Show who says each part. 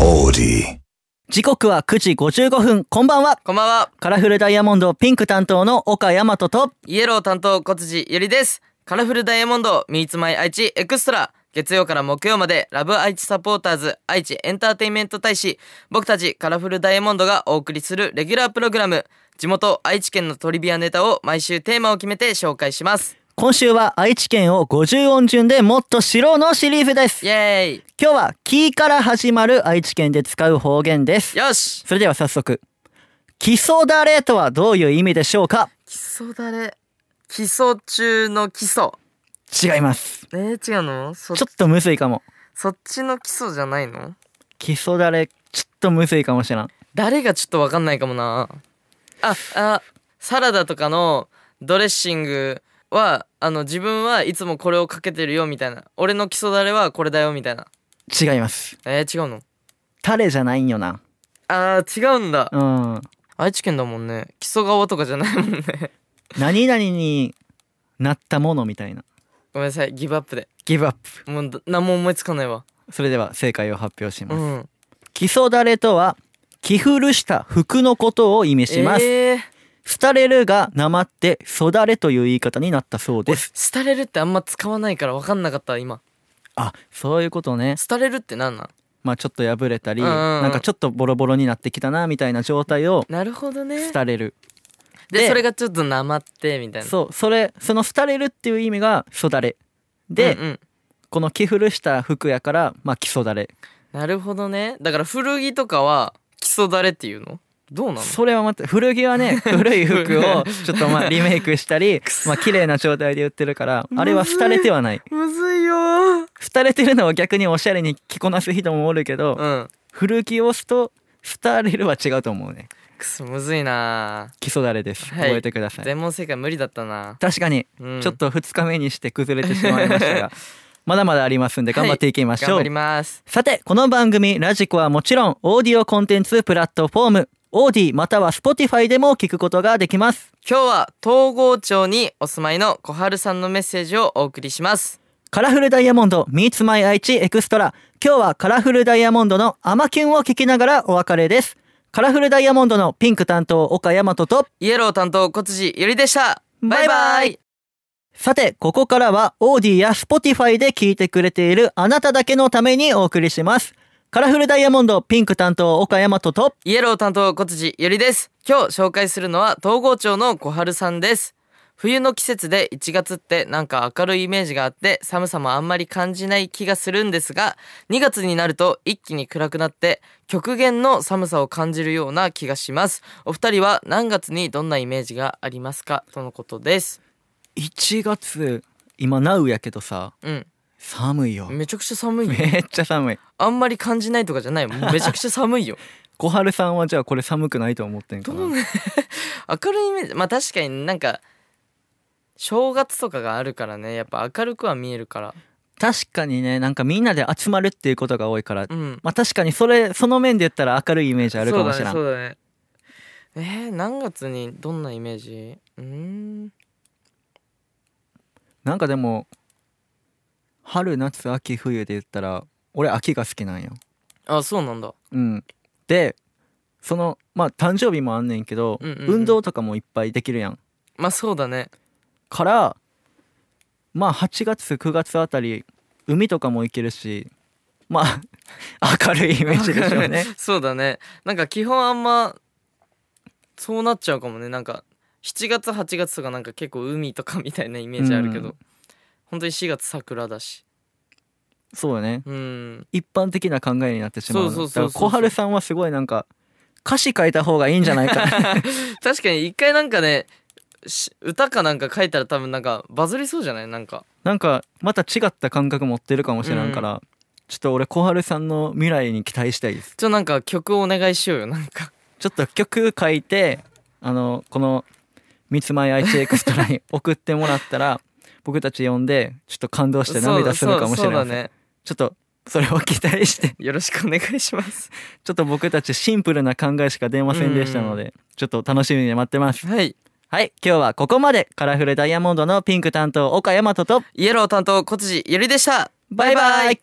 Speaker 1: Audi.
Speaker 2: 時刻は9時55分こんばんは
Speaker 3: こんばんは。
Speaker 2: カラフルダイヤモンドピンク担当の岡大和と
Speaker 3: イエロー担当小辻ゆりです。カラフルダイヤモンド Meets My 愛知エクストラ。月曜から木曜までラブ愛知サポーターズ愛知エンターテインメント大使僕たちカラフルダイヤモンドがお送りするレギュラープログラム地元愛知県のトリビアネタを毎週テーマを決めて紹介します
Speaker 2: 今週は愛知県を50音順でもっと知ろうのシリーズです
Speaker 3: イエ
Speaker 2: 今日は「キー」から始まる愛知県で使う方言です
Speaker 3: ーイよし
Speaker 2: それでは早速「基礎だれ」とはどういう意味でしょうか
Speaker 3: 基礎だれ基礎中の基礎
Speaker 2: 違います
Speaker 3: えー、違うのそ
Speaker 2: ちょっとむずいかも
Speaker 3: そっちの基礎じゃないの
Speaker 2: 基礎だれちょっとむずいかもしれん
Speaker 3: 誰がちょっとわかんないかもなああサラダとかのドレッシングはあの自分はいつもこれをかけてるよみたいな俺の基礎だれはこれだよみたいな
Speaker 2: 違います
Speaker 3: えー、違うの
Speaker 2: タレじゃないんよな
Speaker 3: あー違うんだ
Speaker 2: うん
Speaker 3: 愛知県だもんね基礎川とかじゃないもんね
Speaker 2: 何々になったものみたいな
Speaker 3: ごめんなさいギブアップで
Speaker 2: ギブアップ
Speaker 3: もうど何も思いつかないわ
Speaker 2: それでは正解を発表します、
Speaker 3: うん
Speaker 2: 基礎だれとは着古した服のことを意味します、
Speaker 3: えー、
Speaker 2: 廃れるがなまってそだれという言い方になったそうです
Speaker 3: 廃れるってあんま使わないから分かんなかった今
Speaker 2: あそういうことね
Speaker 3: 廃れるって何なん
Speaker 2: まあちょっと破れたり、
Speaker 3: うんうんうん
Speaker 2: なんかちょっとボロボロになってきたなみたいな状態を
Speaker 3: なるほどね
Speaker 2: 廃れる
Speaker 3: で
Speaker 2: で
Speaker 3: それがちょっとなまってみたいな
Speaker 2: そうそれその廃れるっていう意味がそだれで、
Speaker 3: うんうん
Speaker 2: この着古した服やからまあ基礎だれ
Speaker 3: なるほどねだから古着とかは基礎だれっていうのどうなの
Speaker 2: それはまた古着は ね古い服をちょっとまあリメイクしたりまあ綺麗な状態で売ってるからあれは廃れてはない
Speaker 3: むずいよー
Speaker 2: 廃れてるのは逆におしゃれに着こなす人もおるけど、
Speaker 3: うん
Speaker 2: 古着を押すと廃れるは違うと思うね
Speaker 3: くそむずいな
Speaker 2: 基礎だれです、
Speaker 3: はい
Speaker 2: 覚えてくださ
Speaker 3: ー
Speaker 2: い
Speaker 3: 全問正解無理だったな、
Speaker 2: 確かに
Speaker 3: うん、
Speaker 2: ちょっと2日目にして崩れてしまいました がまだまだありますんで頑張っていきましょう、
Speaker 3: 頑張ります
Speaker 2: さてこの番組ラジコはもちろんオーディオコンテンツプラットフォームオーディまたは Spotify でも聞くことができます
Speaker 3: 今日は東郷町にお住まいの小春さんのメッセージをお送りします
Speaker 2: カラフルダイヤモンド Meets My 愛知エクストラ今日はカラフルダイヤモンドのアマキュンを聞きながらお別れですカラフルダイヤモンドのピンク担当岡大和と
Speaker 3: イエロー担当小辻ゆりでしたバイバ
Speaker 2: バイバ
Speaker 3: イ
Speaker 2: イさて、ここからは、オーディや Spotify で聞いてくれているあなただけのためにお送りします。カラフルダイヤモンドピンク担当岡山とと、
Speaker 3: イエロー担当小辻ゆりです。今日紹介するのは東郷町の小春さんです。冬の季節で1月ってなんか明るいイメージがあって寒さもあんまり感じない気がするんですが2月になると一気に暗くなって極限の寒さを感じるような気がします。お二人は何月にどんなイメージがありますかとのことです。
Speaker 2: 1月、今、ナウやけどさ、
Speaker 3: うん。
Speaker 2: 寒いよ。
Speaker 3: めちゃくちゃ寒 いよ。
Speaker 2: めっちゃ寒い。
Speaker 3: あんまり感じないとかじゃない。もうめちゃくちゃ寒いよ。
Speaker 2: 小春さんはじゃあこれ寒くないと思ってんかな。
Speaker 3: 明るいイメージまあ確かになんか正月とかがあるからねやっぱ明るくは見えるから
Speaker 2: 確かにね、なんかみんなで集まるっていうことが多いから、
Speaker 3: うん
Speaker 2: まあ確かにそれ、その面で言ったら明るいイメージあるかもしれん。
Speaker 3: そうだねそうだねえー、何月にどんなイメージうーん
Speaker 2: なんかでも、春、夏、秋、冬で言ったら、俺秋が好きなんよ。
Speaker 3: あそうなんだ
Speaker 2: うん、でそのまあ誕生日もあんねんけど、
Speaker 3: うんうんうん
Speaker 2: 運動とかもいっぱいできるやん
Speaker 3: まあそうだね
Speaker 2: からまあ8月9月あたり海とかも行けるしまあ 明るいイメージでしょうね
Speaker 3: そうだねなんか基本あんまそうなっちゃうかもねなんか7月8月とかなんか結構海とかみたいなイメージあるけど、
Speaker 2: うん
Speaker 3: 本当に4月桜だし
Speaker 2: そうよね
Speaker 3: うん
Speaker 2: 一般的な考えになってしまうの
Speaker 3: そうそうそうそ
Speaker 2: だ
Speaker 3: う
Speaker 2: から小春さんはすごいなんか歌詞書いた方がいいんじゃないか
Speaker 3: 確かに一回なんかねし歌かなんか書いたら多分なんかバズりそうじゃないなんか
Speaker 2: なんかまた違った感覚持ってるかもしれんから、ちょっと俺小春さんの未来に期待したいです
Speaker 3: ちょなんか曲をお願いしようよなんか
Speaker 2: ちょっと曲書いてあのこの「三つ前愛知エクストラ」に 送ってもらったら僕たち呼んでちょっと感動して涙するかもしれ
Speaker 3: そうそ
Speaker 2: な
Speaker 3: う
Speaker 2: い、
Speaker 3: だね
Speaker 2: ちょっとそれを期待して
Speaker 3: よろしくお願いします
Speaker 2: ちょっと僕たちシンプルな考えしか出ませんでしたのでちょっと楽しみに待ってます
Speaker 3: はい
Speaker 2: はい今日はここまでカラフルダイヤモンドのピンク担当岡大和と
Speaker 3: イエロー担当小辻ゆりでした
Speaker 2: バイバイ